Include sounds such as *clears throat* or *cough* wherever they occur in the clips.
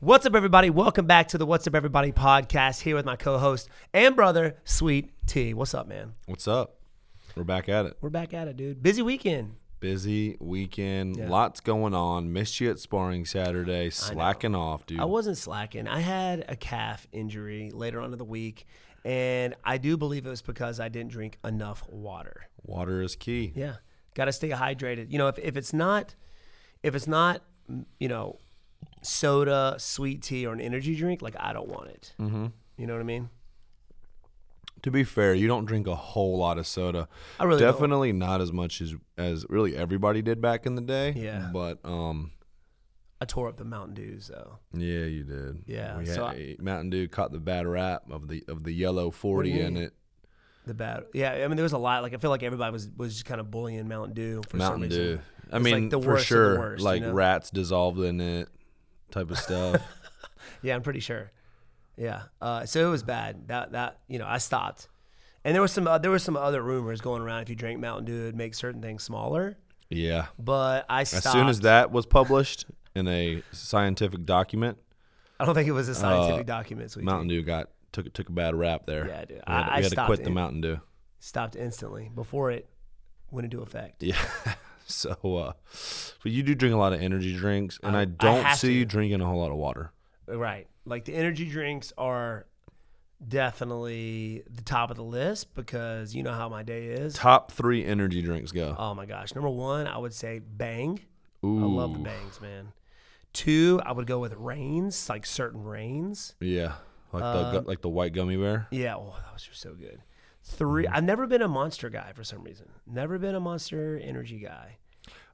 What's up, everybody? Welcome back to the What's Up Everybody podcast here with my co host and brother, Sweet T. What's up, man? What's up? We're back at it. We're back at it, dude. Busy weekend. Busy weekend, lots going on. Missed you at sparring Saturday, slacking off, dude. I wasn't slacking. I had a calf injury later on in the week, and I do believe it was because I didn't drink enough water. Water is key. Yeah. Got to stay hydrated. You know, if, if it's not, if it's not, mm, you know, soda, sweet tea, or an energy drink, like I don't want it. Mm-hmm. You know what I mean? To be fair, you don't drink a whole lot of soda. I really don't. definitely not as much as as really everybody did back in the day. Yeah. but um, I tore up the Mountain Dews though. yeah, you did. Yeah, we so had, Mountain Dew caught the bad rap of the of the yellow What do forty you in mean? it. The bad, yeah. I mean, there was a lot. Like I feel like everybody was was just kind of bullying Mountain Dew for some Mountain reason. Dew. I It's like mean, the for worst of the sure, worst, you like know? rats dissolved in it, type of *laughs* stuff. Yeah, I'm pretty sure. Yeah. Uh, so it was bad. That that you know I stopped, and there was some uh, there was some other rumors going around. If you drank Mountain Dew, it'd make certain things smaller. yeah. But I As stopped. soon as that was published in *laughs* a scientific document, I don't think it was a scientific document. So we uh, Mountain Dew got took took a bad rap there. Yeah, dude. We I- had, we I had to stopped quit the it. Mountain Dew. *laughs* stopped instantly before it went into effect. Yeah. So, uh, so you do drink a lot of energy drinks, and I, I don't have see to. you drinking a whole lot of water. Right. Like the energy drinks are definitely the top of the list because you know how my day is. Top three energy drinks go. Oh my gosh. Number one, I would say Bang. Ooh, I love the Bangs, man. Two, I would go with Rains, like certain Rains. yeah, like um, the gu- like the white gummy bear. Yeah, oh, those are so good. 3 i I've never been a monster guy for some reason. Never been a monster energy guy.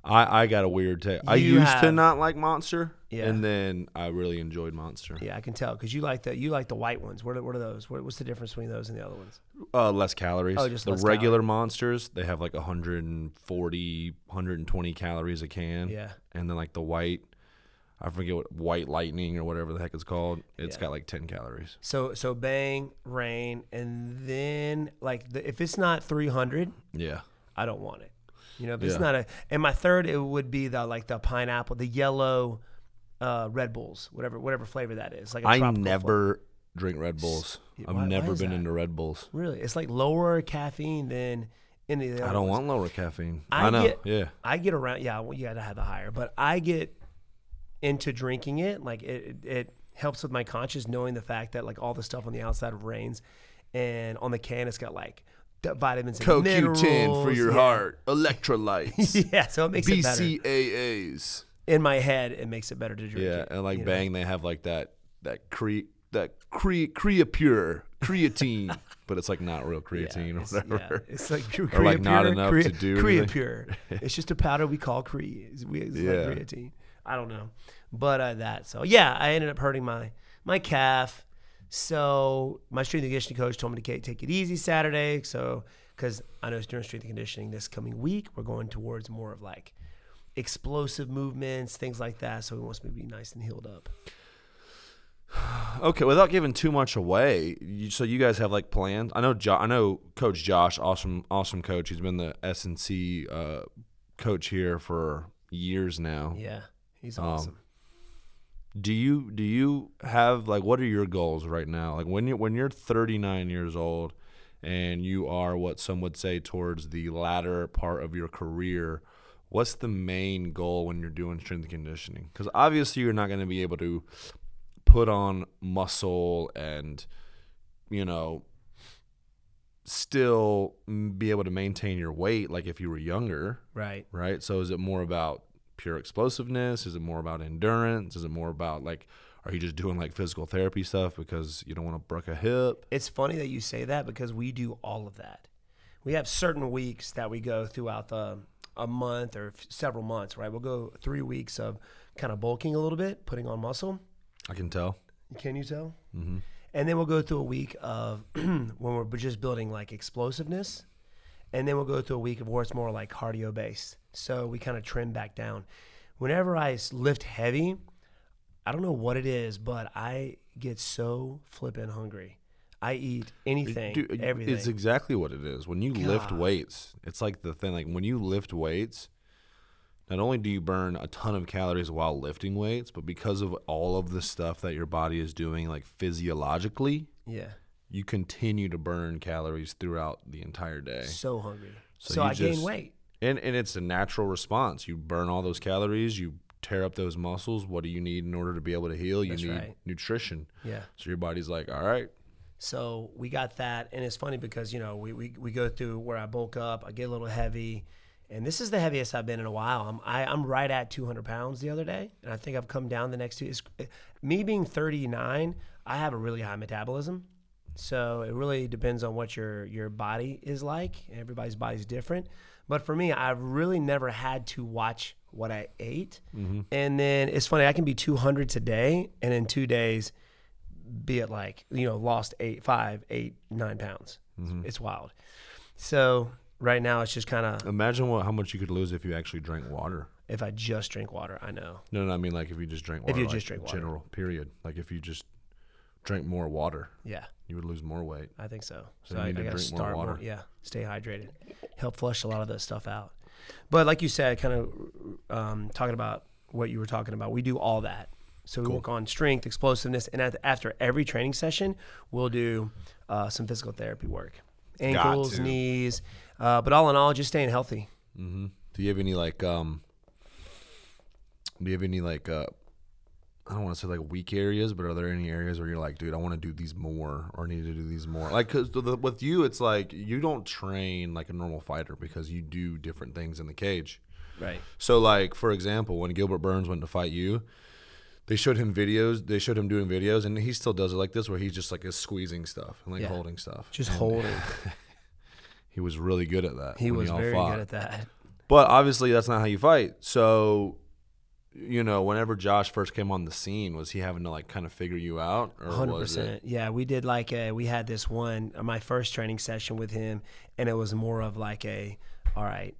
I I got a weird taste. I You used to have- not like Monster, Yeah. and then I really enjoyed Monster. Yeah, I can tell because you like the you like the white ones. What are, what are those? What, what's the difference between those and the other ones? Uh, less calories. Oh, just the less regular monsters, they have like 140, 120 calories a can. Yeah. And then like the white, I forget what white lightning or whatever the heck it's called. It's Yeah. got like 10 calories. So so bang rain and then like the, if it's not 300, Yeah. I don't want it. You know, if it's Yeah. not a and my third it would be the like the pineapple, the yellow uh Red Bulls, whatever whatever flavor that is. Like a I tropical flavor. never drink Red Bulls. Yeah, I've why- why never is been that? into Red Bulls. really. It's like lower caffeine than any of the I other don't ones. want lower caffeine. I I, know. get- yeah. I get around. Yeah, well, you got to have the higher, but I get into drinking it. Like it, it, it helps with my conscience, knowing the fact that like all the stuff on the outside of rains, and on the can it's got like the vitamins and minerals. yeah. *laughs* heart, electrolytes, Yeah, *laughs* so it makes it better BCAAs. in my head. It makes it better to drink. Yeah, it, and like you know? Bang, they have like that that cre that cre creapure creatine, *laughs* but it's like not real Yeah, creatine it's, or yeah, whatever. it's like cre- Or, like, not Creapure, enough crea- to do *laughs* Creapure. it's just a powder we call cre. It's, we- it's Yeah. like creatine. I don't know, but uh, that. So yeah, I ended up hurting my my calf. So my strength and conditioning coach told me to ca- take it easy Saturday. So because I know during strength and conditioning this coming week we're going towards more of like explosive movements, things like that. So he wants me to be nice and healed up. *laughs* Okay, without giving too much away, you, so you guys have like plans. I know, jo- I know, Coach Josh, awesome, awesome coach. He's been the S and C uh, coach here for years now. Yeah, Um, he's awesome. Do you do you have like what are your goals right now? Like when you when you're 39 years old and you are what some would say towards the latter part of your career, what's the main goal when you're doing strength and conditioning? Cuz obviously you're not going to be able to put on muscle and you know still be able to maintain your weight like if you were younger right. right? So is it more about pure explosiveness? Is it more about endurance? Is it more about like are you just doing like physical therapy stuff because you don't want to break a hip? It's funny that you say that because we do all of that. We have certain weeks that we go throughout the a month or f- several months, right? We'll go three weeks of kind of bulking a little bit, putting on muscle. I can tell. Can you tell? Mm-hmm. And then we'll go through a week of *clears throat* when we're just building like explosiveness. And then we'll go through a week of where it's more like cardio based. So we kind of trim back down. Whenever I s- lift heavy, I don't know what it is, but I get so flippin' hungry. I eat anything, Dude, everything. It's exactly what it is. When you lift weights, it's like the thing like when you lift weights, not only do you burn a ton of calories while lifting weights, but because of all of the stuff that your body is doing, like physiologically, Yeah. you continue to burn calories throughout the entire day. So hungry. So, So I you gain just- weight. And and it's a natural response. You burn all those calories, you tear up those muscles. What do you need in order to be able to heal? You That's need right. nutrition. Yeah. So your body's like, all right, So we got that. And it's funny because, you know, we, we, we go through where I bulk up, I get a little heavy. And this is the heaviest I've been in a while. I'm, I, I'm right at 200 pounds the other day. And I think I've come down the next two. It's, me being 39, I have a really high metabolism. So it really depends on what your, your body is like. Everybody's body's different. But for me, I've really never had to watch what I ate. And then it's funny, I can be 200 today. And in two days, be at like you know lost eight five eight nine pounds Mm-hmm. it's wild so right now it's just kind of imagine what how much you could lose if you actually drank water. if i just drink water i know No, no, I mean like if you just drank water. you like, just drink water. General period. Like if you just drank more water, yeah you would lose more weight. i think so so, So you I, I need to gotta drink more start water. more- yeah stay hydrated help flush a lot of that stuff out but like you said kind of um, talking about what you were talking about we do all that so we work on strength explosiveness and at, after every training session we'll do uh, some physical therapy work ankles to. knees uh, but all in all just staying healthy Mm-hmm. Do you have any like um? Do you have any like uh? I don't want to say like weak areas, but are there any areas where you're like, dude, I want to do these more or I need to do these more? Like, cause the, the- with you, it's like you don't train like a normal fighter because you do different things in the cage. right So, like for example, when Gilbert Burns went to fight you, they showed him videos. They showed him doing videos, and he still does it like this, where he's just like is squeezing stuff and like Yeah. holding stuff. just holding He was really good at that. He when was y'all very fought. good at that. But obviously, that's not how you fight. So, you know, whenever Josh first came on the scene, was he having to like kind of figure you out, or Hundred was it? percent. Yeah, we did like a. We had this one, uh, my first training session with him, and it was more of like a, all right,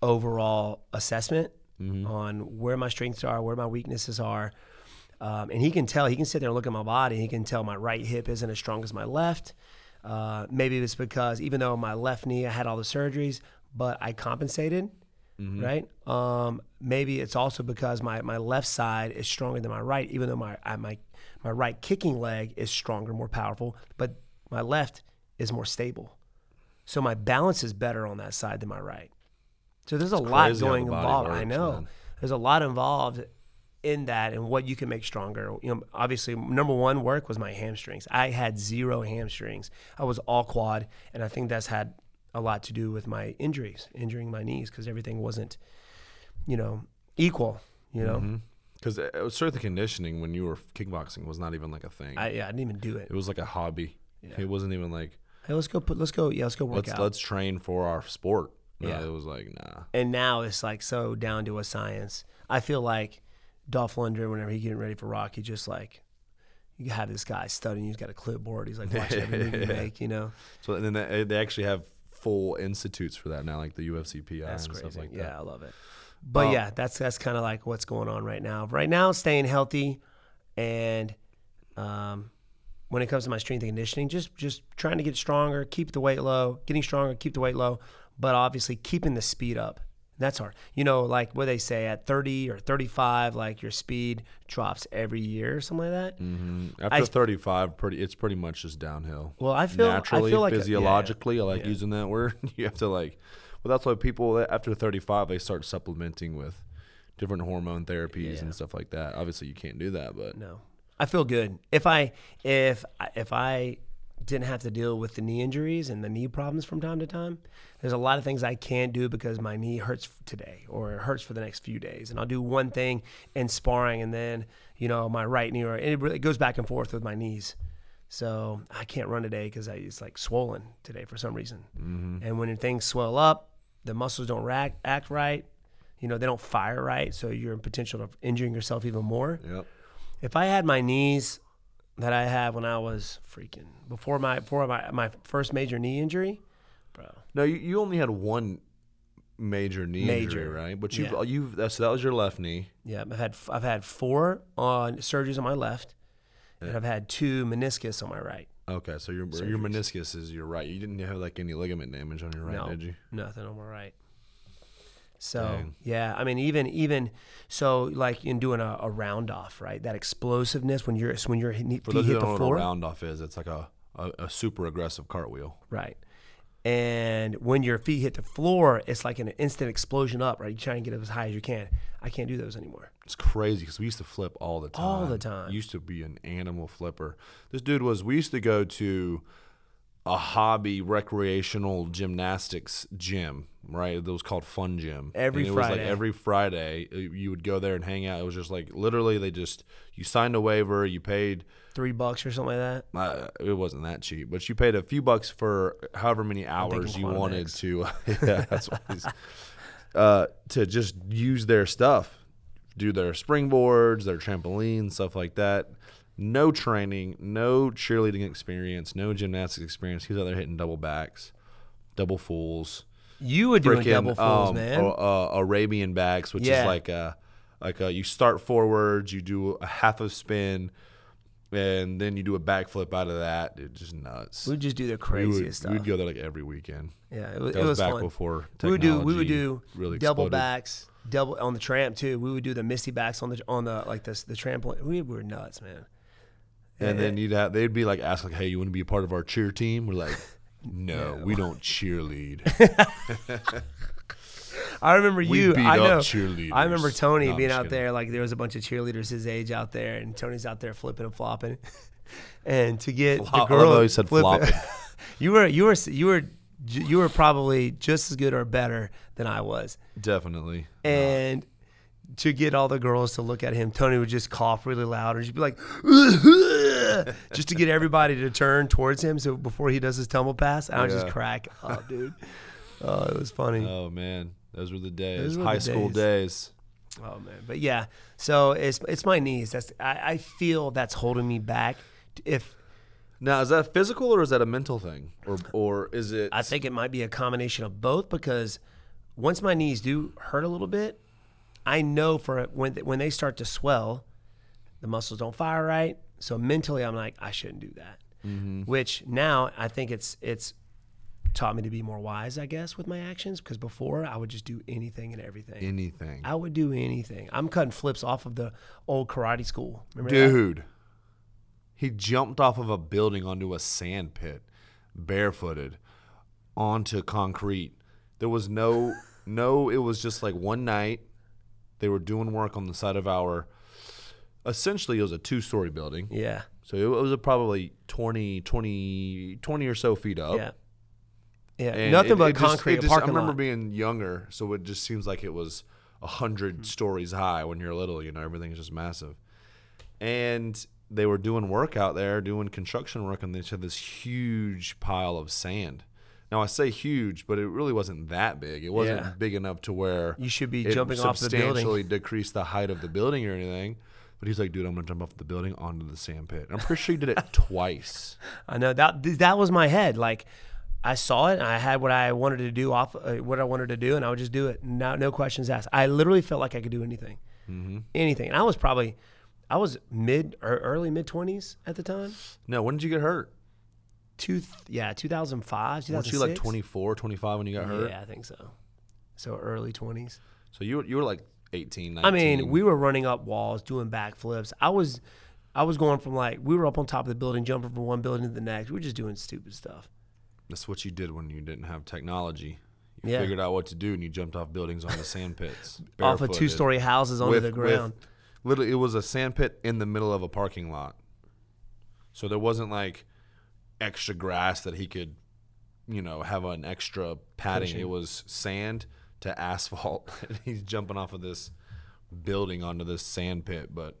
overall assessment Mm-hmm. on where my strengths are, where my weaknesses are, um, and he can tell. He can sit there and look at my body. He can tell my right hip isn't as strong as my left. Uh, maybe it's because even though my left knee, I had all the surgeries, but I compensated. right? Um, maybe it's also because my, my left side is stronger than my right, even though my I, my my right kicking leg is stronger, more powerful, but my left is more stable. So my balance is better on that side than my right. So there's a lot crazy how the going body involved. I works, know man. there's a lot involved in that and what you can make stronger. You know, obviously number one work was my hamstrings. I had zero hamstrings. I was all quad, and I think that's had a lot to do with my injuries, injuring my knees because everything wasn't, you know, equal. You know, Mm-hmm. Because strength and conditioning when you were kickboxing was not even like a thing. I yeah, I didn't even do it. it was like a hobby. It wasn't even like Hey, let's go put let's go yeah, let's go work let's out. let's train for our sport. No, Yeah. it was like nah. and now it's like so down to a science. I feel like Dolph Lundgren, whenever he getting ready for Rock, he just like you have this guy studying. He's got a clipboard. He's like watching every move you make. You know, So and then they, they actually have full institutes for that now, like the UFCPI that's and crazy. stuff like yeah, that. Um, I love it. But yeah, that's that's kind of like what's going on right now. Right now, staying healthy, and um, when it comes to my strength and conditioning, just just trying to get stronger, keep the weight low, getting stronger, keep the weight low, but obviously keeping the speed up. That's hard. You know, like what they say at 30 or 35, like your speed drops every year or something like that. Mm-hmm. hmm After 35, pretty it's pretty much just downhill. Well, I feel- I naturally, feel like- physiologically, I like using that word. *laughs* You have to like, well, that's why people that after 35 they start supplementing with different hormone therapies and stuff like that. Obviously, you can't do that, but No, I feel good. If I if I- if I didn't have to deal with the knee injuries and the knee problems from time to time, there's a lot of things I can't do because my knee hurts today or it hurts for the next few days, and I'll do one thing in sparring, and then you know my right knee or and it really goes back and forth with my knees. So I can't run today because it's like swollen today for some reason. And when things swell up, the muscles don't rack, act right. You know they don't fire right, so you're in potential of injuring yourself even more yep. if I had my knees that I had when I was freaking before my before my, my first major knee injury, bro. No, you, you only had one major knee Major. injury, right? But you've uh, Yeah. you've that's so that was your left knee. Yeah, I've had I've had four on surgeries on my left, and I've had two meniscus on my right. Okay, so your your meniscus is your right. You didn't have like any ligament damage on your right, no, did you? nothing on my right. So Dang. yeah, I mean, even even so, like in doing a, a round off, right? That explosiveness when you're when you're hit, For feet those who hit don't know the what a floor, round off is, it's like a, a, a super aggressive cartwheel. right? And when your feet hit the floor, it's like an instant explosion up, right? You try and get up as high as you can. I can't do those anymore. It's crazy because we used to flip all the time. All the time. Used to be an animal flipper. This dude was. We used to go to a hobby recreational gymnastics gym, right? It was called Fun Gym. Every and it was like Friday. every Friday uh, you would go there and hang out. It was just like literally they just you signed a waiver, you paid. Three bucks or something like that. Uh, it wasn't that cheap, but you paid a few bucks for however many hours you Quantum wanted X. to. *laughs* yeah, that's what it is. uh, to just use their stuff, do their springboards, their trampolines, stuff like that. No training, no cheerleading experience, no gymnastics experience. He's out there hitting double backs, double fools, You would do freaking, double fools, um, man. a- a- Arabian backs, which Yeah. is like a like a you start forwards, you do a half of spin, and then you do a backflip out of that. It's just nuts. We'd just do the We craziest would, stuff. We'd go there like every weekend. yeah, it was, That it was, was back fun. before we would do we would technology do really double exploded. backs, double on the tramp too. We would do the misty backs on the on the like this the trampoline. We were nuts, man. And then you'd have, they'd be like, ask like, hey, you want to be a part of our cheer team? *laughs* We're like, no, we don't cheerlead. I remember We you. beat I up know. cheerleaders. I remember Tony No, I'm being just out kidding. there. Like there was a bunch of cheerleaders his age out there, and Tony's out there flipping and flopping. *laughs* and to get Flop- the I love girl, how he said flipping- flopping. *laughs* you were you were you were you were probably just as good or better than I was. Definitely. And to get all the girls to look at him, Tony would just cough really loud and just be like, *laughs* just to get everybody to turn towards him. So before he does his tumble pass, I would just Yeah. crack up, *laughs* dude. Oh, it was funny. Oh, man. Those were the days. were the High school days. Oh man, but yeah. So it's it's my knees. That's I, I feel that's holding me back. If Now, is that physical or is that a mental thing? Or or is it. I think it might be a combination of both because once my knees do hurt a little bit, I know for when when they start to swell, the muscles don't fire right. So mentally, I'm like, I shouldn't do that. Which now I think it's it's taught me to be more wise, I guess, with my actions because before I would just do anything and everything. anything? I would do anything. I'm cutting flips off of the old karate school. Remember that? Dude, he jumped off of a building onto a sand pit, barefooted, onto concrete. There *laughs* was no, no. It was just like one night. They were doing work on the side of our. Essentially, it was a two-story building, Yeah. so it was probably 20, 20, 20 or so feet up. Yeah. Yeah. Oh. And Nothing it- but it just- concrete it and just- I parking remember lot. being younger, so it just seems like it was a 100 Mm-hmm. stories high when you're little. You know, everything's just massive. And they were doing work out there, doing construction work, and they just had this huge pile of sand. Now I say huge, but it really wasn't that big. It wasn't Yeah. big enough to where You should be it jumping off the building. substantially decreased the height of the building or anything. But he's like, dude, I'm gonna jump off the building onto the sand pit. And I'm pretty sure he *laughs* did it twice. I know that th- that was my head. Like I saw it, and I had what I wanted to do off uh, what I wanted to do, and I would just do it. No, no questions asked. I literally felt like I could do anything, Mm-hmm. anything. And I was probably, I was mid or early mid twenties at the time. No, when did you get hurt? Two, th- yeah, two thousand five, two Weren't thousand you six. like 24, 25 when you got hurt? Yeah, I think so. So early twenties. So you were- you were like 18, 19. I mean, we were running up walls, doing backflips. I was, I was going from like we were up on top of the building, jumping from one building to the next. We were just doing stupid stuff. that's what you did when you didn't have technology. You Yeah. figured out what to do and you jumped off buildings onto sand pits. *laughs* Off of barefooted, two-story houses onto with- the with- ground. literally, it was a sand pit in the middle of a parking lot. So there wasn't like extra grass that he could, you know, have an extra padding. It was sand to asphalt. *laughs* and he's jumping off of this building onto this sand pit. But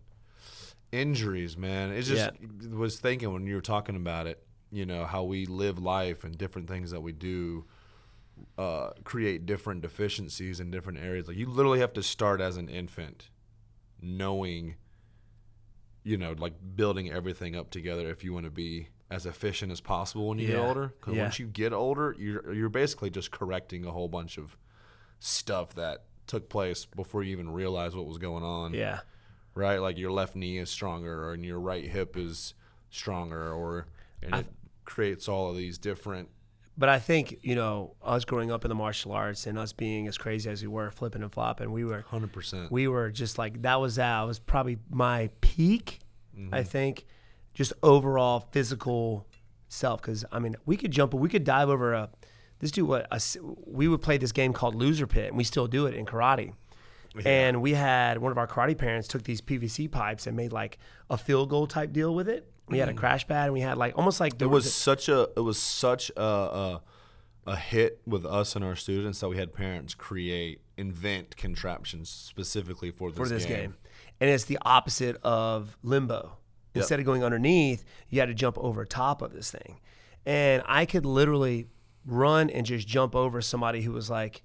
injuries, man. It just was thinking when you were talking about it, you know, how we live life and different things that we do uh, create different deficiencies in different areas. Like you literally have to start as an infant knowing you know, like building everything up together if you want to be as efficient as possible when you get Yeah. older. Because Yeah. once you get older, you're you're basically just correcting a whole bunch of stuff that took place before you even realized what was going on Yeah. right? Like your left knee is stronger, or and your right hip is stronger, or and it creates all of these different But I think you know us growing up in the martial arts and us being as crazy as we were, flipping and flopping, we were Hundred percent. we were just like that was that was probably my peak. Mm-hmm. I think just overall physical self because I mean we could jump, we could dive over a. This dude, what a s we would play this game called Loser Pit, and we still do it in karate. And we had one of our karate parents took these PVC pipes and made like a field goal type deal with it. We had a crash pad, and we had like almost like the Mm. It was such a it was such a, a a hit with us and our students that we had parents create invent contraptions specifically for this, for this game. And it's the opposite of limbo. Instead of going underneath, you had to jump over top of this thing. And I could literally run and just jump over somebody who was like,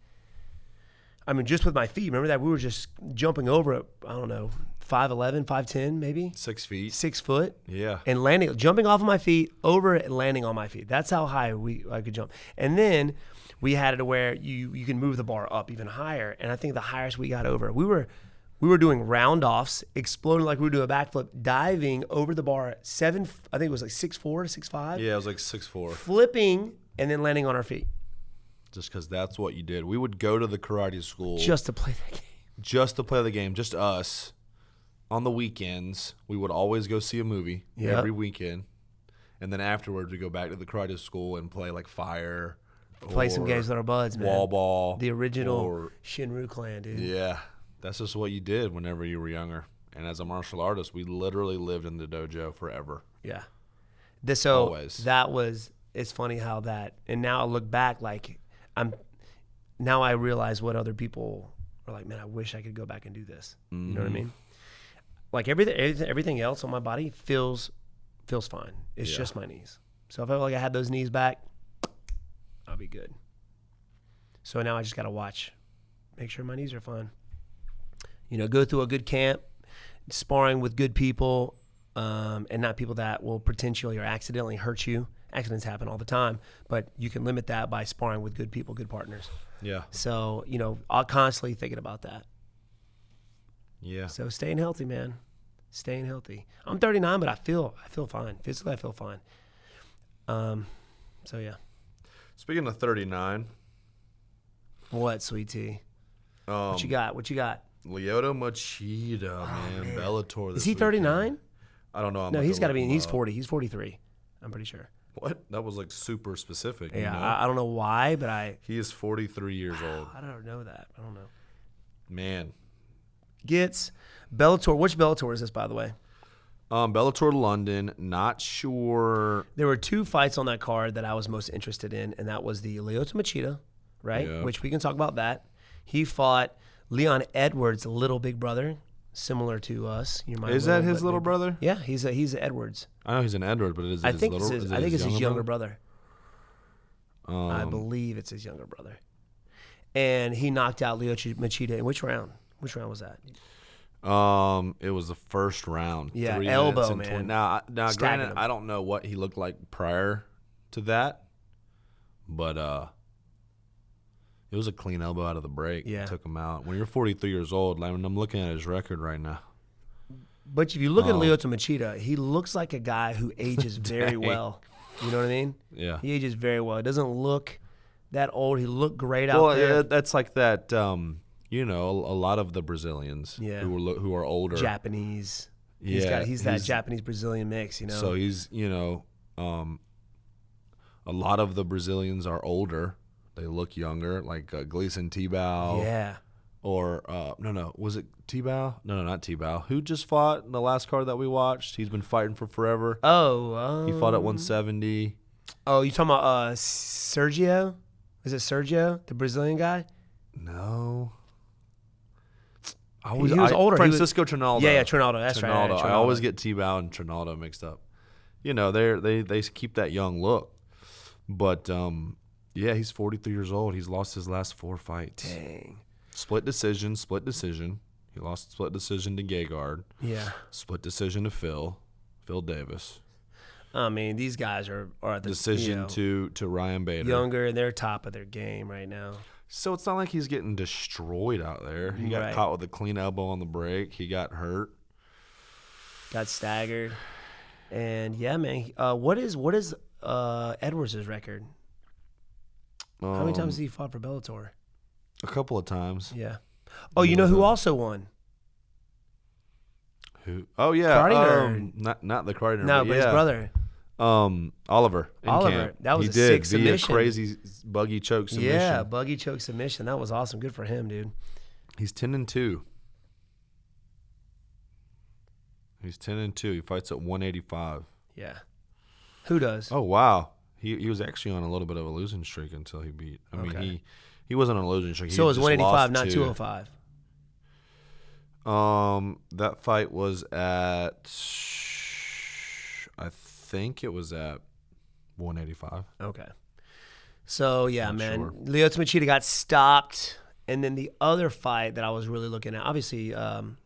I mean, just with my feet. Remember that? We were just jumping over, it, I don't know, 5'11, 5'10, maybe Six feet. six foot. Yeah. And landing, jumping off of my feet, over it, and landing on my feet. That's how high we I could jump. And then we had it to where you you can move the bar up even higher. And I think the highest we got over, we were we were doing round offs, exploding like we were doing a backflip, diving over the bar at seven. I think it was like six four, six five, Yeah, it was like six four. flipping and then landing on our feet Just because that's what you did. We would go to the karate school just to play that game. just to play the game, just us. On the weekends, we would always go see a movie Yeah. every weekend, and then afterwards we go back to the karate school and play like fire, Play some or games with our buds, man. wall ball, the original or- Shinru clan, dude. yeah, that's just what you did whenever you were younger. And as a martial artist, we literally lived in the dojo forever. Yeah. This so Always. that was it's funny how that and now I look back like I'm now I realize what other people are like, man, I wish I could go back and do this. You know what I mean? Like everything everything everything else on my body feels feels fine. It's just my knees. So if I felt like I had those knees back, I'll be good. So now I just gotta watch. Make sure my knees are fine. You know, go through a good camp, sparring with good people, um, and not people that will potentially or accidentally hurt you. Accidents happen all the time, but you can limit that by sparring with good people, good partners. Yeah, So, you know, I'm constantly thinking about that. yeah. So staying healthy, man. Staying healthy. I'm 39, but I feel I feel fine. Physically I feel fine. Um so yeah. Speaking of thirty nine, What, sweet tea? um, What you got? What you got? Lyoto Machida, man, Bellator. Oh, Is this he weekend. 39? I don't know. I'm No, gonna he's got to look be. him He's up. 40. He's 43. I'm pretty sure. What? That was like super specific. you Yeah, know? I, I don't know why, but I He is 43 years old. I don't know that. I don't know. Man. Gets Bellator. Which Bellator is this, by the way? Um, Bellator London, not sure. There were two fights on that card that I was most interested in, and that was the Lyoto Machida, right? Yeah. Which we can talk about that. He fought Leon Edwards' little big brother, similar to us. You're my Is that little his but little big- brother? Yeah, he's a he's a Edwards. I know he's an Edward, but is it I his think little it's his, it I think it's his younger brother. brother? I Um, believe it's his younger brother. And he knocked out Leo Chi- Machida in which round? Which round was that? um, it was the first round. Yeah, Three elbow, minutes and man. twen- now, I- now Staggered granted, him. I don't know what he looked like prior to that, but uh, it was a clean elbow out of the break. Yeah. took him out. When you're 43 years old, I mean, I'm looking at his record right now. But if you look at Oh. Lyoto Machida, he looks like a guy who *laughs* ages very well. You know what I mean? Yeah. He ages very well. He doesn't look that old. He looked great out Well, there. yeah, that's like that. Um, you know, a lot of the Brazilians Yeah. who are lo- who are older. Japanese. he's Yeah, got he's that he's- Japanese Brazilian mix, you know. So he's you know, um, a lot of the Brazilians are older. They look younger, like uh, Gleason Tebow, yeah. or uh, no, no, was it Tebow? No, no, not Tebow. Who just fought in the last card that we watched? He's been fighting for forever. Oh, um, He fought at 170. oh, you talking about uh, Sergio? Is it Sergio, the Brazilian guy? No, I always, He was I- older. He was- Francisco Trinaldo. Yeah, yeah, Trinaldo. That's right, Trinaldo. right. I always get T-Bow and Trinaldo mixed up. You know, they are they they keep that young look. But um, yeah, he's 43 years old. He's lost his last four fights. Dang. Split decision, split decision. He lost split decision to Gegard. Yeah. Split decision to Phil, Phil Davis. I mean, these guys are are at the you Decision know, to to Ryan Bader. younger and they're top of their game right now. So it's not like he's getting destroyed out there. He got Right. caught with a clean elbow on the break. He got hurt. Got staggered, and yeah, man. Uh, what is what is uh, Edwards' record? How many Um, times did he fought for Bellator? A couple of times. Yeah. Oh, you know who also won? Who? Oh yeah, Cardi or- um, not not the Cardi. No, but his yeah. brother. Um, Oliver. in Oliver, camp. that was he a did sick via submission. crazy buggy choke submission. Yeah, buggy choke submission. That was awesome. Good for him, dude. He's ten and two. He's ten and two. He fights at one eighty five. Yeah. Who does? Oh wow. He he was actually on a little bit of a losing streak until he beat. I mean Okay. he he wasn't on a losing streak. He so it was just 185, lost not to- 205. Um, that fight was at. I think it was at one eighty five. Okay. So yeah, Not man, sure. Leo Machida got stopped, and then the other fight that I was really looking at, obviously, um,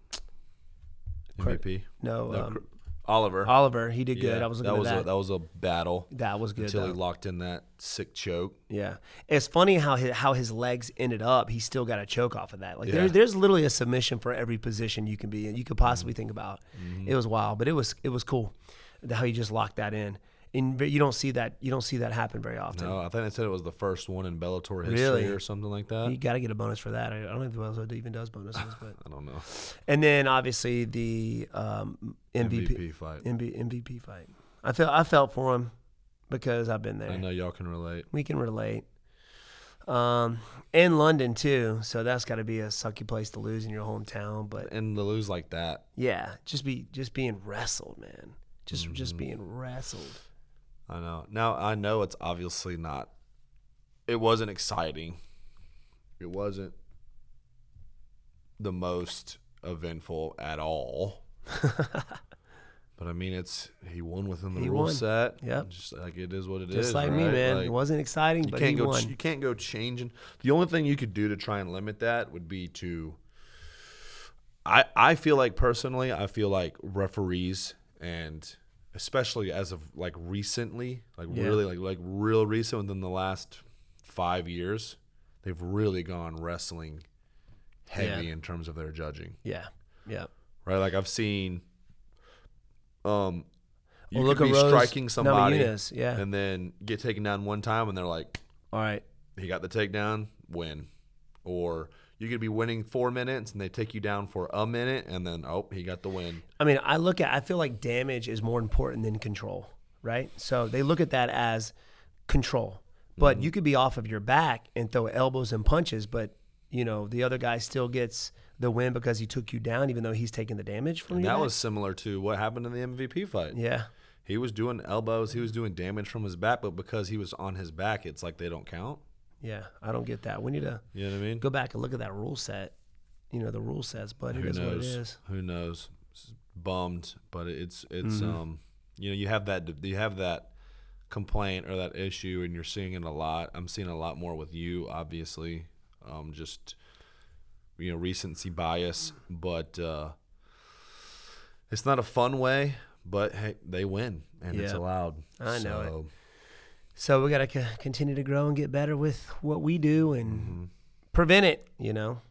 MVP. no, No, um, Cr- Oliver. Oliver, he did good. Yeah, I was that looking was at a that. that was a battle that was good. until he though. locked in that sick choke. Yeah, it's funny how his, how his legs ended up. He still got a choke off of that. Like Yeah. there's there's literally a submission for every position you can be in, you could Mm-hmm. possibly think about. It was wild, but it was it was cool the- how he just locked that in, and ve- you don't see that you don't see that happen very often. No, I think they said it was the first one in Bellator history Really? or something like that. You got to get a bonus for that. I I don't know if Venezuela even does bonuses, but *laughs* I don't know. and then obviously the um, MVP MVP fight. MVP. MVP fight. I felt I felt for him because I've been there. I know y'all can relate. we can relate. Um, and London too, so that's got to be a sucky place to lose in your hometown. But And to lose like that, yeah, just be just being wrestled, man. Just Mm. just being wrestled. I know. Now I know it's obviously not. It wasn't exciting. It wasn't the most eventful *laughs* at all. but I mean, it's he won within the He rule won. set. Yep. just like it is what it is. Just like me, right? man. Like, it wasn't exciting, you but can't he go. won. ch- You can't go changing. The only thing you could do to try and limit that would be to. I I feel like personally, I feel like referees and especially as of like recently, like Yeah. really like like real recent within the last five years, they've really gone wrestling heavy in terms of their judging. yeah, yeah. Right, like I've seen. Um, you Well, could look at be Rose striking somebody, Namajunas, yeah. and then get taken down one time, and they're like, All right. he got the takedown, win. Or you could be winning four minutes and they take you down for a minute and then oh he got the win. I mean, I look at I feel like damage is more important than control, right? So they look at that as control. But Mm-hmm. you could be off of your back and throw elbows and punches, but you know, the other guy still gets the win because he took you down even though he's taking the damage from And you. that was similar to what happened in the MVP fight. Yeah. He was doing elbows, he was doing damage from his back, but because he was on his back, it's like they don't count. Yeah. I don't get that. We need to You know what I mean? go back and look at that rule set. You know, the rule sets, but it Who is what it knows? is. Who knows? It's Bummed, but it's it's Mm-hmm. um you know you have that you have that complaint or that issue, and you're seeing it a lot. I'm seeing a lot more with you, obviously. Um, just you know recency bias, but uh, it's not a fun way. But hey, they win, and it's Yeah. allowed. I know it. So, So we got to c- continue to grow and get better with what we do and Mm-hmm. prevent it, you know.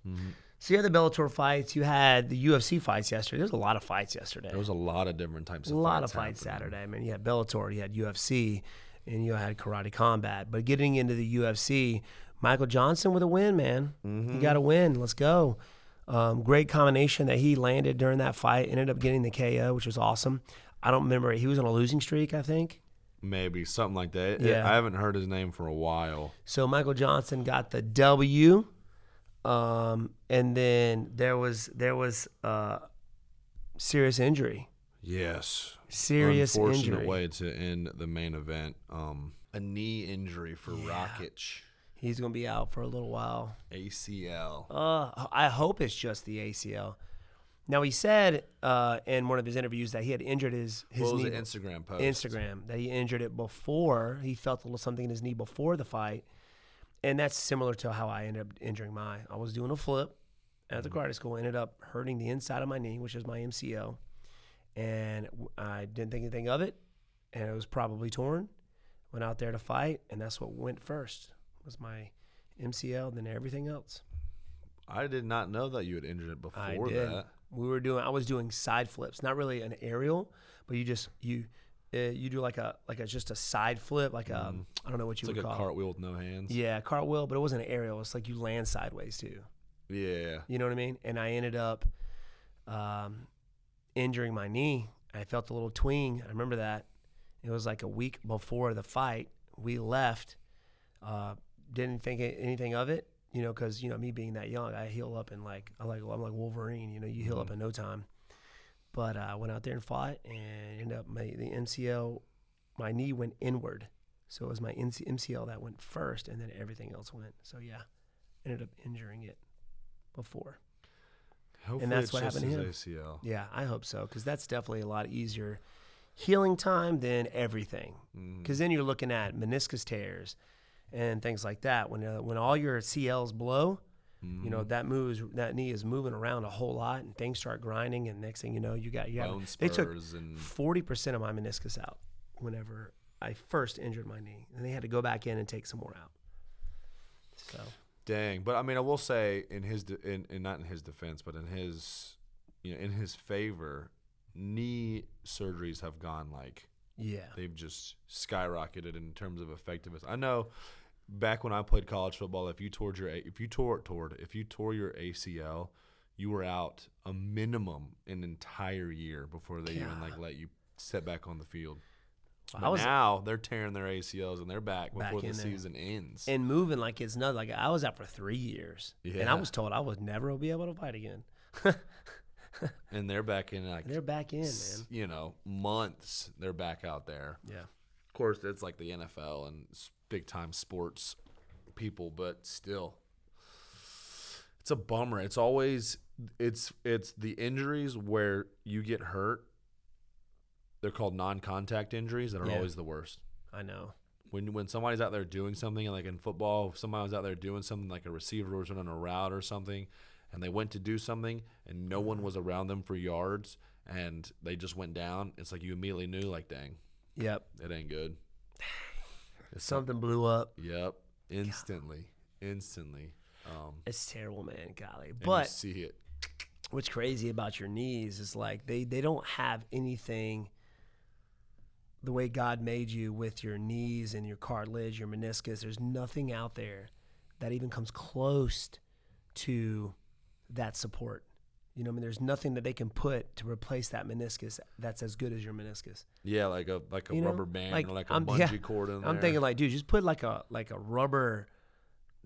So you had the Bellator fights, you had the UFC fights yesterday. There's a lot of fights yesterday. There was a lot of different types a of lot fights of fights happening. Saturday. I mean, you had Bellator, you had UFC, and you had Karate Combat. But getting into the UFC, Michael Johnson with a win, man. Mm-hmm. You got to win. Let's go. Um, great combination that he landed during that fight. Ended up getting the KO, which was awesome. I don't remember. He was on a losing streak, I think. Maybe something like that. Yeah. I haven't heard his name for a while. So Michael Johnson got the W, um, and then there was there was uh, serious injury, Yes. serious unfortunate injury. way to end the main event. Um, a knee injury for Rakic, He's gonna be out for a little while. ACL. Uh, I hope it's just the ACL. Now he said uh, in one of his interviews that he had injured his his What was knee the Instagram post? Instagram that he injured it before he felt a little something in his knee before the fight, and that's similar to how I ended up injuring mine. I was doing a flip at the karate school, ended up hurting the inside of my knee, which is my MCL, and w- I didn't think anything of it, and it was probably torn. Went out there to fight, and that's what went first was my MCL, then everything else. I did not know that you had injured it before I did. that. We were doing. I was doing side flips, not really an aerial, but you just you uh, you do like a like a just a side flip, like a I don't know what you Mm. It's would like a call. it. cartwheel with no hands. Yeah, cartwheel, but it wasn't an aerial. It's like you land sideways too. Yeah. You know what I mean? And I ended up um, injuring my knee. I felt a little twing. I remember that. It was like a week before the fight. We left. Uh, didn't think a- anything of it, you know, because you know me being that young, I heal up in like I like I'm like Wolverine. You know, you heal up in no time. But uh, I went out there and fought, and ended up my the MCL. My knee went inward, so it was my NC MCL that went first, and then everything else went. So yeah, ended up injuring it before. Hopefully that's it's what just happened to his ACL. Yeah, I hope so because that's definitely a lot easier healing time than everything. Mm-hmm. Because then you're looking at meniscus tears and things like that. When uh, when all your CLs blow, Hmm. you Mm-hmm. know that moves that knee is moving around a whole lot, and things start grinding. And next thing you know, you got you Bone have, they took spurs and forty percent of my meniscus out whenever I first injured my knee, and they had to go back in and take some more out. So Dang, but I mean, I will say in his de- in, in not in his defense, but in his you know in his favor, knee surgeries have gone like yeah, they've just skyrocketed in terms of effectiveness. I know back when I played college football, if you tore your A- if you tore tore if you tore your ACL, you were out a minimum an entire year before they even like let you step back on the field. Wow, I But was- now they're tearing their ACLs and they're back Back before the in there. season ends. and moving like it's not like I was out for three years, and I Yeah. was told I would never be able to fight again. *laughs* and they're back in like They're back in, s- man. you know, months they're back out there. Yeah, Of course, it's like the NFL and big time sports people, but still, it's a bummer. It's always it's it's the injuries where you get hurt. They're called non-contact injuries that are Yeah. always the worst. I know. When when somebody's out there doing something, like in football, if somebody was out there doing something like a receiver was running a route or something, and they went to do something and no one was around them for yards and they just went down. It's like you immediately knew, like, dang, Yep, it ain't good. something blew up. Yep. Instantly. Instantly. Um, It's terrible, man. Golly, and you but see it. what's crazy about your knees is like they they don't have anything the way God made you with your knees and your cartilage, your meniscus. There's nothing out there that even comes close to that support. You know, what I mean, there's nothing that they can put to replace that meniscus that's as good as your meniscus. Yeah, like a like a you know? rubber band or like a I'm- *laughs* bungee yeah, cord in I'm there. thinking like, dude, just put like a like a rubber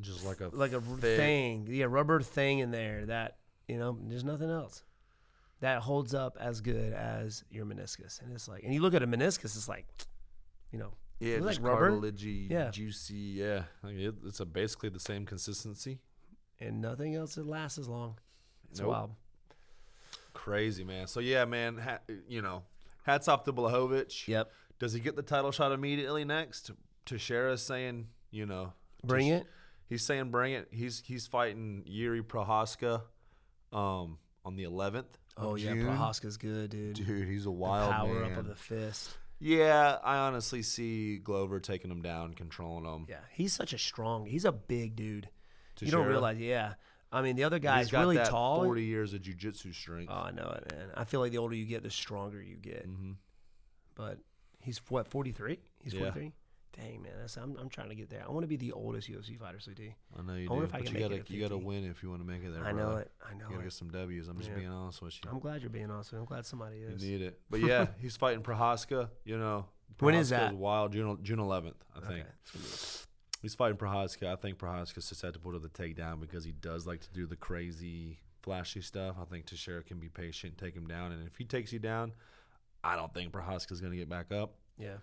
just like a like a r- thick- thing, yeah, rubber thing in there that you know, there's nothing else that holds up as good as your meniscus. And it's like, and you look at a meniscus, it's like, you know, Yeah, like just rubber. cartilagey, Yeah. juicy. Yeah, like it, it's a basically the same consistency. and nothing else that lasts as long. It's Nope. wild. Crazy man. So yeah, man. Ha- you know, hats off to Blahovic. Yep, Does he get the title shot immediately next? Teixeira's saying, you know, bring Tesh- it. He's saying bring it. He's he's fighting Yuri Prohaska, um, on the 11th. of Oh yeah, June. Prohaska's good, dude. Dude, he's a wild Power man. up of the fist. yeah, I honestly see Glover taking him down, controlling him. Yeah, he's such a strong. He's a big dude. You don't Teixeira. realize, yeah. I mean, the other guy's he's got really that tall. 40 years of jiu-jitsu strength. Oh, I know it, man. I feel like the older you get, the stronger you get. But he's what, 43? He's Mm-hmm. Yeah. 43? Dang, man. That's, I'm, I'm trying to get there. I want to be the oldest UFC fighter, CD. I know you I wonder do, if I but can you make gotta it to you gotta 50. win if you want to make it there. I know brother. it. Oh, I You know gotta it. get some W's. I'm just being honest with you. I'm glad you're being honest. with me. I'm glad somebody You is. need it, but yeah, he's fighting Prohaska. You know, When is Prohaska's that? Wild June June 11th, I Okay. think. He's fighting Prohaska. I think Prohaska's susceptible to the takedown because he does like to do the crazy, flashy stuff. I think Teixeira can be patient, take him down, and if he takes you down, I don't think Prohaska's going to get back up. Yeah.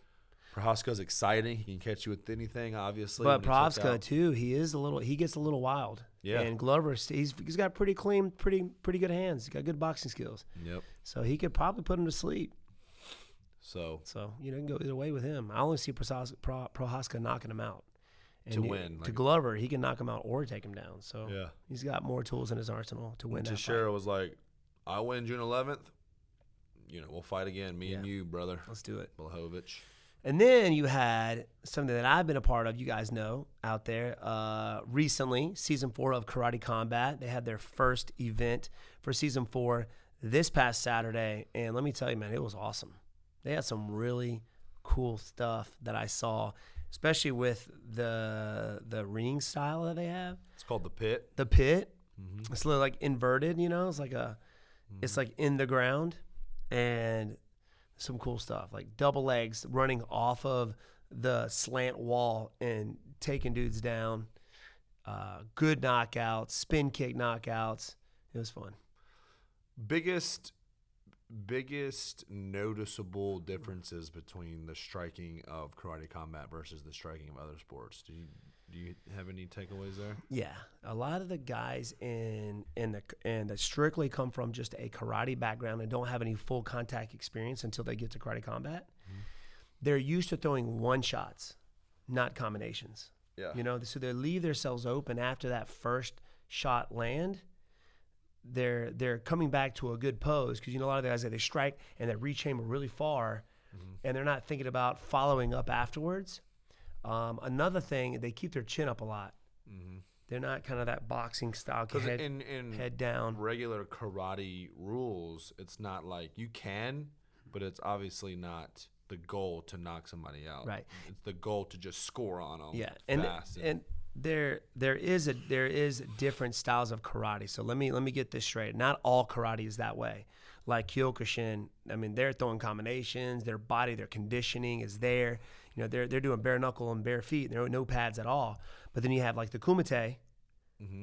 Prohaska's exciting. He can catch you with anything, obviously. But when he took Prohaska, out- too, he is a little, he gets a little wild. Yeah. And Glover, he's, he's got pretty clean, pretty, pretty good hands. He's got good boxing skills. Yep. So he could probably put him to sleep. So So you know, you can go either way with him. I only see Prosas- Pro- Prohaska knocking him out. And To you- win, to like- Glover, he can knock him out or take him down. So Yeah. he's got more tools in his arsenal to win. That fight. Teixeira was like, "I win June 11th. You know, we'll fight again, me and you, brother." Let's do it. Blahovic. And then you had something that I've been a part of. You guys know out there uh, recently, season four of Karate Combat. They had their first event for season four this past Saturday, and let me tell you, man, it was awesome. They had some really cool stuff that I saw, especially with the the ring style that they have. It's called the pit. The pit, it's a little like inverted, you know. It's like a, it's like in the ground, and some cool stuff like double legs running off of the slant wall and taking dudes down. Uh, good knockouts, spin kick knockouts. It was fun. Biggest biggest noticeable differences between the striking of karate combat versus the striking of other sports. Do you do you have any takeaways there? Yeah, a lot of the guys in in the and that strictly come from just a karate background and don't have any full contact experience until they get to karate combat. They're used to throwing one shots, not combinations. Yeah. You know, so they leave themselves open after that first shot land. They're they're coming back to a good pose because you know a lot of the guys that they strike and they reach hammer really far, and they're not thinking about following up afterwards. Um, another thing, they keep their chin up a lot. They're not kind of that boxing style Because head, in in head down. regular karate rules, it's not like you can, but it's obviously not the goal to knock somebody out. Right. It's the goal to just score on them. Yeah, and fast and there there is a there is different styles of karate. So let me let me get this straight. Not all karate is that way. Like Kyokushin, I mean, they're throwing combinations. Their body, their conditioning is there. You know, they're they're doing bare knuckle and bare feet. There are no pads at all. But then you have like the kumite,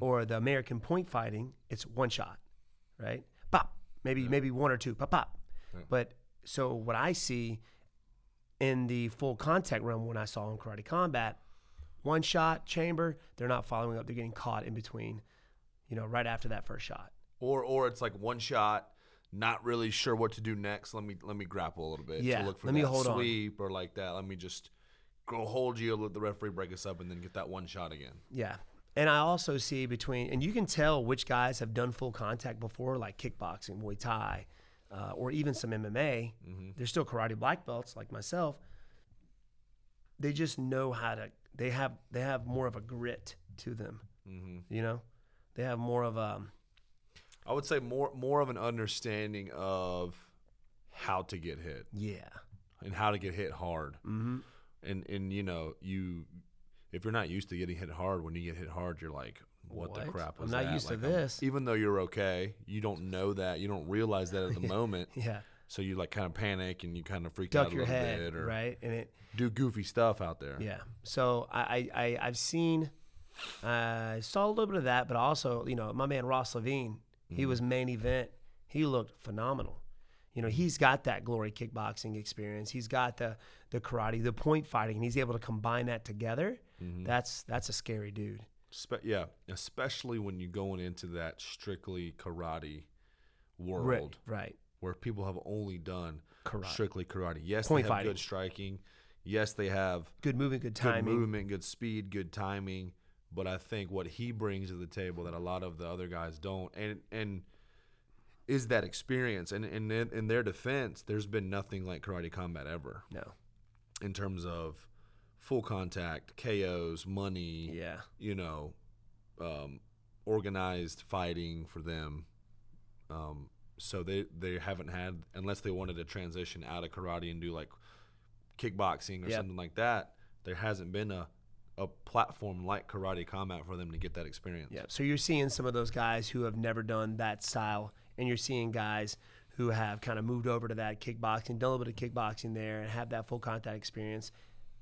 or the American point fighting. It's one shot, right? Pop, maybe maybe one or two, pop pop. But so what I see in the full contact realm when I saw in karate combat, one shot chamber, they're not following up. They're getting caught in between, you know, right after that first shot. or or it's like one shot, not really sure what to do next. Let me let me grapple a little bit. to Yeah, look for let me that hold on. sweep or like that. Let me just go hold you. Let the referee break us up and then get that one shot again. Yeah. And I also see between, and you can tell which guys have done full contact before, like kickboxing, Muay Thai, uh, or even some MMA. Mm-hmm. They're still karate black belts, like myself. They just know how to. They have they have more of a grit to them. Mm-hmm. You know, they have more of a um, I would say more more of an understanding of how to get hit yeah, *laughs* and how to get hit hard. Mm-hmm. And and you know you if you're not used to getting hit hard, when you get hit hard, you're like. What, the What? crap I'm was not that? used to Like, I'm- this. even though you're okay, you don't know that. You don't realize that at the moment. *laughs* yeah. So you like kind of panic and you kind of freak out Duck a your little head, bit, or right? And it do goofy stuff out there. Yeah. So I, I, I I've seen, I saw a little bit of that, but also you know my man Ross Levine, he was main event. He looked phenomenal. You know he's got that glory kickboxing experience. He's got the the karate, the point fighting, and he's able to combine that together. That's that's a scary dude. Spe- yeah, especially when you're going into that strictly karate world Right. Right. where people have only done Karate. strictly karate. Yes, Point they have fighting. good striking. Yes, they have Good moving, good good timing. movement, good speed, good timing. But I think what he brings to the table that a lot of the other guys don't, and and is that experience. And and in, in their defense, there's been nothing like karate combat ever No. in terms of full contact, KOs, money, Yeah. you know, um, organized fighting for them. Um, so they they haven't had unless they wanted to transition out of karate and do like kickboxing or Yep. something like that. There hasn't been a a platform like karate combat for them to get that experience. Yeah. So you're seeing some of those guys who have never done that style, and you're seeing guys who have kind of moved over to that kickboxing, done a little bit of kickboxing there, and have that full contact experience.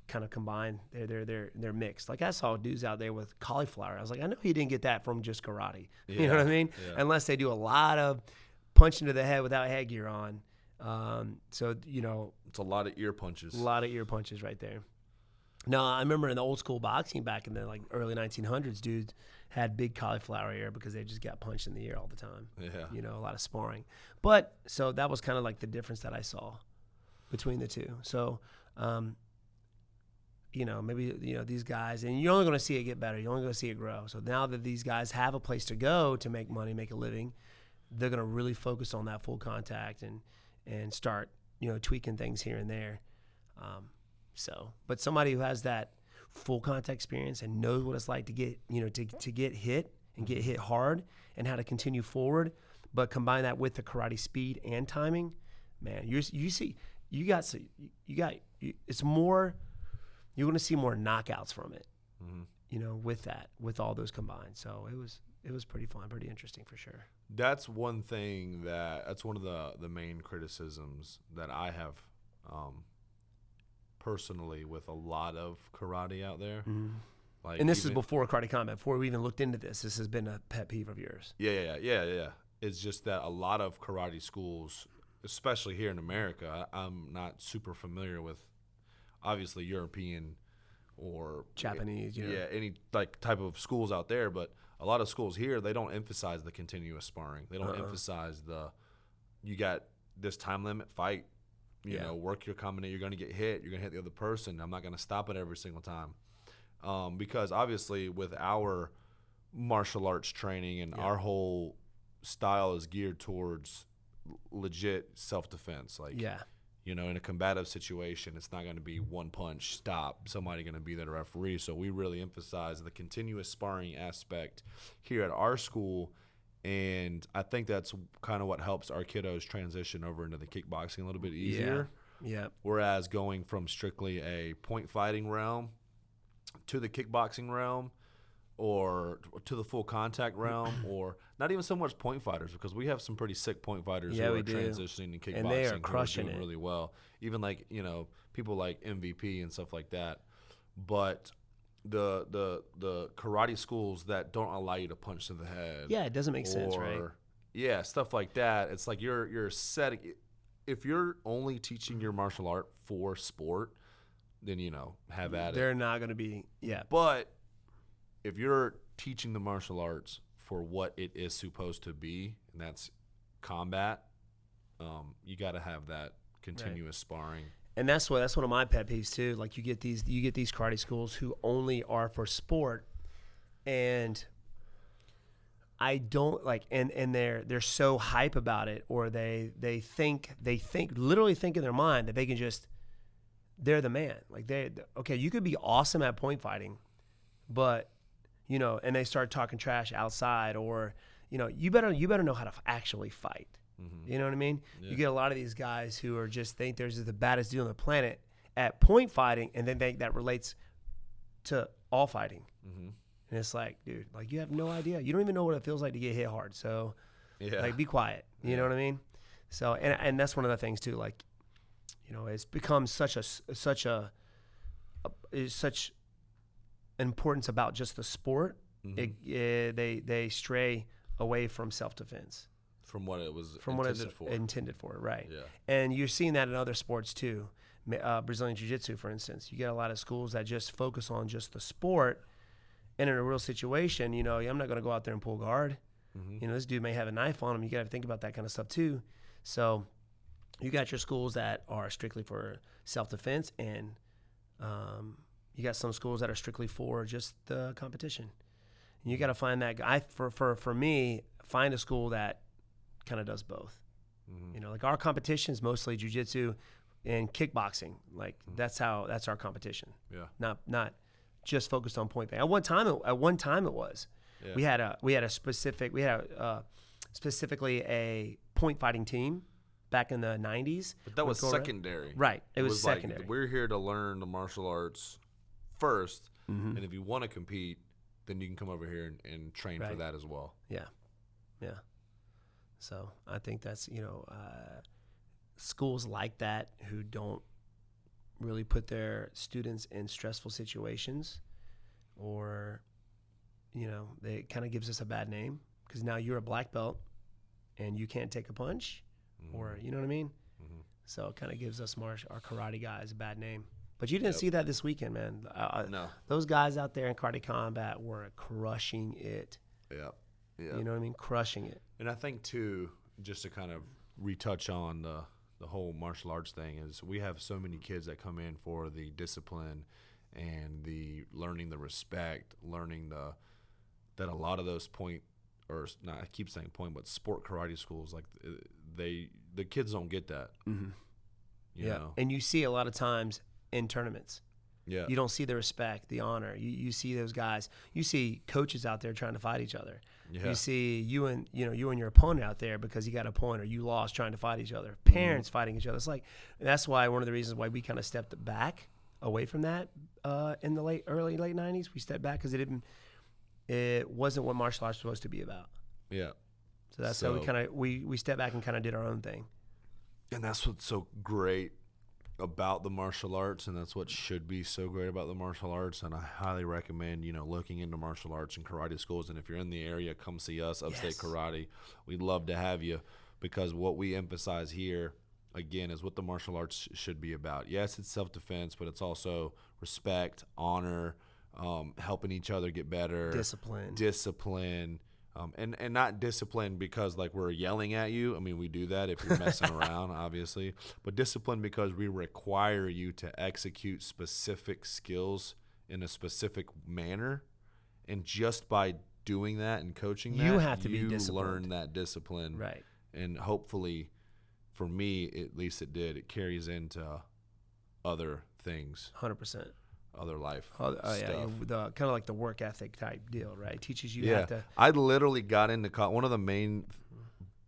Kind of combined, they're they're they're they're mixed. Like I saw dudes out there with cauliflower. I was like, I know he didn't get that from just karate. *laughs* You know what I mean? Unless they do a lot of punching to the head without headgear on. Um, so you know, It's a lot of ear punches. a lot of ear punches right there. No, I remember in the old school boxing back in the like early 1900s, dudes had big cauliflower ear because they just got punched in the ear all the time. Yeah. You know, a lot of sparring. But so that was kind of like the difference that I saw between the two. So, um, you know, maybe you know these guys, and you're only going to see it get better. You're only going to see it grow. So now that these guys have a place to go to make money, make a living, they're going to really focus on that full contact and and start you know tweaking things here and there. Um, so, but somebody who has that full contact experience and knows what it's like to get you know to to get hit and get hit hard and how to continue forward, but combine that with the karate speed and timing, man, you you see you got s- you got you, it's more you're going to see more knockouts from it Mm-hmm. you know with that with all those combined so it was it was pretty fun pretty interesting for sure That's one thing that that's one of the the main criticisms that I have um, personally with a lot of karate out there. Like Mm-hmm. and this is even- before karate combat before we even looked into this this has been a pet peeve of yours Yeah, yeah, yeah, yeah, yeah. It's just that a lot of karate schools, especially here in America, I- I'm not super familiar with. Obviously, European or Japanese, you know. yeah, any like type of schools out there, but a lot of schools here they don't emphasize the continuous sparring. They don't emphasize the you got this time limit fight. You Yeah. know, work your combination. You're gonna get hit. You're gonna hit the other person. I'm not gonna stop it every single time, um, because obviously with our martial arts training and our whole style is geared towards l- legit self defense. Like yeah you know, in a combative situation, it's not going to be one punch, stop, somebody going to be the referee. So we really emphasize the continuous sparring aspect here at our school. And I think that's kind of what helps our kiddos transition over into the kickboxing a little bit easier. yeah Whereas going from strictly a point fighting realm to the kickboxing realm or to the full contact *clears throat* realm or not even so much point fighters because we have some pretty sick point fighters Yeah, who we are do. transitioning to kickboxing And they are who crushing doing it. really well even like you know people like mvp and stuff like that but the the the karate schools that don't allow you to punch to the head yeah it doesn't make sense right or- Yeah, stuff like that. It's like you're you're setting. If you're only teaching your martial art for sport, then you know have at it. they're not going to be yeah But if you're teaching the martial arts for what it is supposed to be, and that's combat, um, you got to have that continuous sparring. and that's what that's one of my pet peeves too. Like you get these you get these karate schools who only are for sport, and I don't like and and they're they're so hype about it, or they they think they think literally think in their mind that they can just they're the man. Like they okay, you could be awesome at point fighting, but you know, and they start talking trash outside, or you know, you better you better know how to f- actually fight. You know what I mean? You get a lot of these guys who are just think they're just the baddest dude on the planet at point fighting, and then think that relates to all fighting. Mm-hmm. And it's like, dude, like you have no idea. You don't even know what it feels like to get hit hard. So, Yeah, like, be quiet. You know what I mean? So, and and that's one of the things too. Like, you know, it's become such a s- such a, a is such importance about just the sport. Mm-hmm. It, eh, they they stray away from self defense from what it was from what it's intended for. intended for, right? Yeah. And you're seeing that in other sports too. Ma- Uh, Brazilian Jiu Jitsu, for instance, you get a lot of schools that just focus on just the sport. And in a real situation, you know, I'm not going to go out there and pull guard. You know, this dude may have a knife on him. You got to think about that kind of stuff too. So you got your schools that are strictly for self defense, and um, you got some schools that are strictly for just the competition. And you got to find that guy. For, for, for me, find a school that kind of does both. You know, like our competition is mostly jujitsu and kickboxing. Like Mm. that's how that's our competition. Yeah. Not not just focused on point. bang. At one time, it, at one time it was. We had a we had a specific we had a, uh, specifically a point fighting team back in the '90s. But that with was Goro- secondary. Right, it was like, secondary. we're here to learn the martial arts 1st Mm-hmm. and if you want to compete, then you can come over here and, and train for Right. that as well. Yeah, yeah. So I think that's you know uh, schools like that who don't really put their students in stressful situations, or you know, they, it kind of gives us a bad name because now you're a black belt and you can't take a punch, Mm. or you know what I mean. So it kind of gives us more our karate guys a bad name. But you didn't see that this weekend, man. Uh, No. those guys out there in karate combat were crushing it. Yeah. Yeah. You know what I mean? Crushing it. And I think too, just to kind of retouch on the the whole martial arts thing is we have so many kids that come in for the discipline and the learning the respect, learning the that a lot of those point or s- not I keep saying point, but sport karate schools like uh, they the kids don't get that. Mm-hmm. You yeah. know, And you see a lot of times in tournaments. Yeah. You don't see the respect, the honor. You, you see those guys. You see coaches out there trying to fight each other. Yeah. You see you and you know you and your opponent out there because you got a point or you lost trying to fight each other. Mm-hmm. Parents fighting each other. It's like that's why one of the reasons why we kind of stepped back away from that uh, in the late early late nineties. We stepped back because it didn't it wasn't what martial arts was supposed to be about. Yeah. So that's how we So- kind of we we stepped back and kind of did our own thing. And that's what's so great about the martial arts and that's what should be so great about the martial arts and I highly recommend, you know, looking into martial arts and karate schools and if you're in the area, come see us Upstate Yes. Karate. We'd love to have you because what we emphasize here again is what the martial arts sh- should be about. Yes, it's self-defense, but it's also respect, honor, um, helping each other get better, Discipline. discipline um, and and not discipline because like we're yelling at you i mean we do that if you're *laughs* messing around obviously but discipline because we require you to execute specific skills in a specific manner and just by doing that and coaching You that, have to be you learn disciplined. that discipline right. and hopefully for me at least it did it carries into other things Hundred percent. other life Oh, oh, yeah, stuff. you- the kind of like the work ethic type deal, right? Teaches you yeah. have to. I literally got into co- one of the main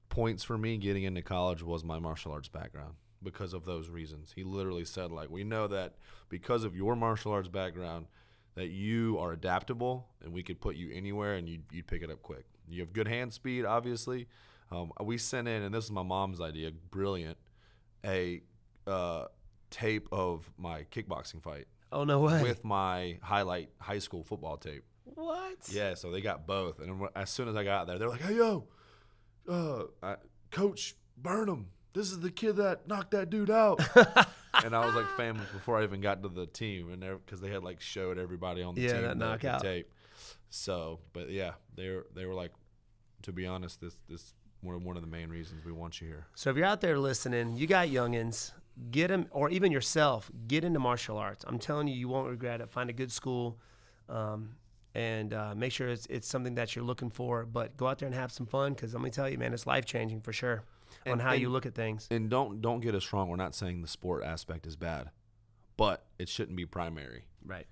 points for me getting into college was my martial arts background because of those reasons. He literally said like, "We know that because of your martial arts background that you are adaptable and we could put you anywhere and you'd, you'd pick it up quick. You have good hand speed, obviously. Um, we sent in, and this is my mom's idea, brilliant, a uh, tape of my kickboxing fight Oh no way! with my highlight high school football tape. what? Yeah, so they got both, and wh- as soon as I got there, they're like, "Hey, yo, uh, I, Coach Burnham, this is the kid that knocked that *laughs* dude out." and I was like, "Fam," before I even got to the team, and because they had like showed everybody on the Yeah, team that the- the knockout. tape. So, but yeah, they were they were like, to be honest, this this one one of the main reasons we want you here. So if you're out there listening, you got youngins, get them, or even yourself, get into martial arts. I'm telling you, you won't regret it. Find a good school, um, and uh, make sure it's it's something that you're looking for. But go out there and have some fun, because let me tell you, man, it's life changing for sure on And- how you and- look at things. And don't don't get us wrong, we're not saying the sport aspect is bad, but it shouldn't be primary. Right.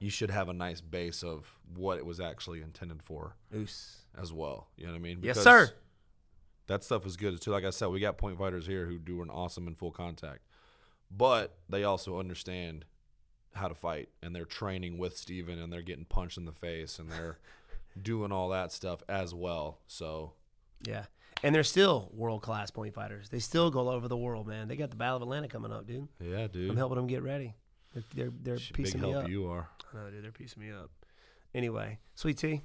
You should have a nice base of what it was actually intended for. Oos. as well. You know what I mean? Yes, Because sir. That stuff is good too. Like I said, we got point fighters here who do an awesome in full contact, but they also understand how to fight, and they're training with Steven, and they're getting punched in the face, *laughs* and they're doing all that stuff as well. So Yeah. And they're still world class point fighters. They still go all over the world, man. They got the Battle of Atlanta coming up, dude. yeah, dude. I'm helping them get ready. They're they're, they're Shit, piecing big me help up. you are. I know, Oh, dude. They're piecing me up. Anyway, sweet tea.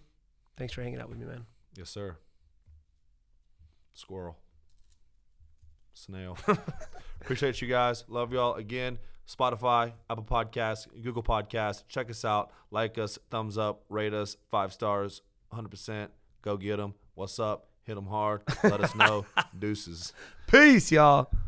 Thanks for hanging out with me, man. Yes, sir. Squirrel. Snail. *laughs* Appreciate you guys. Love y'all. Again, Spotify, Apple Podcasts, Google Podcasts. Check us out. Like us. Thumbs up. Rate us. Five stars. 100%. Go get them. What's up? Hit them hard. Let us know. Deuces. Peace, y'all.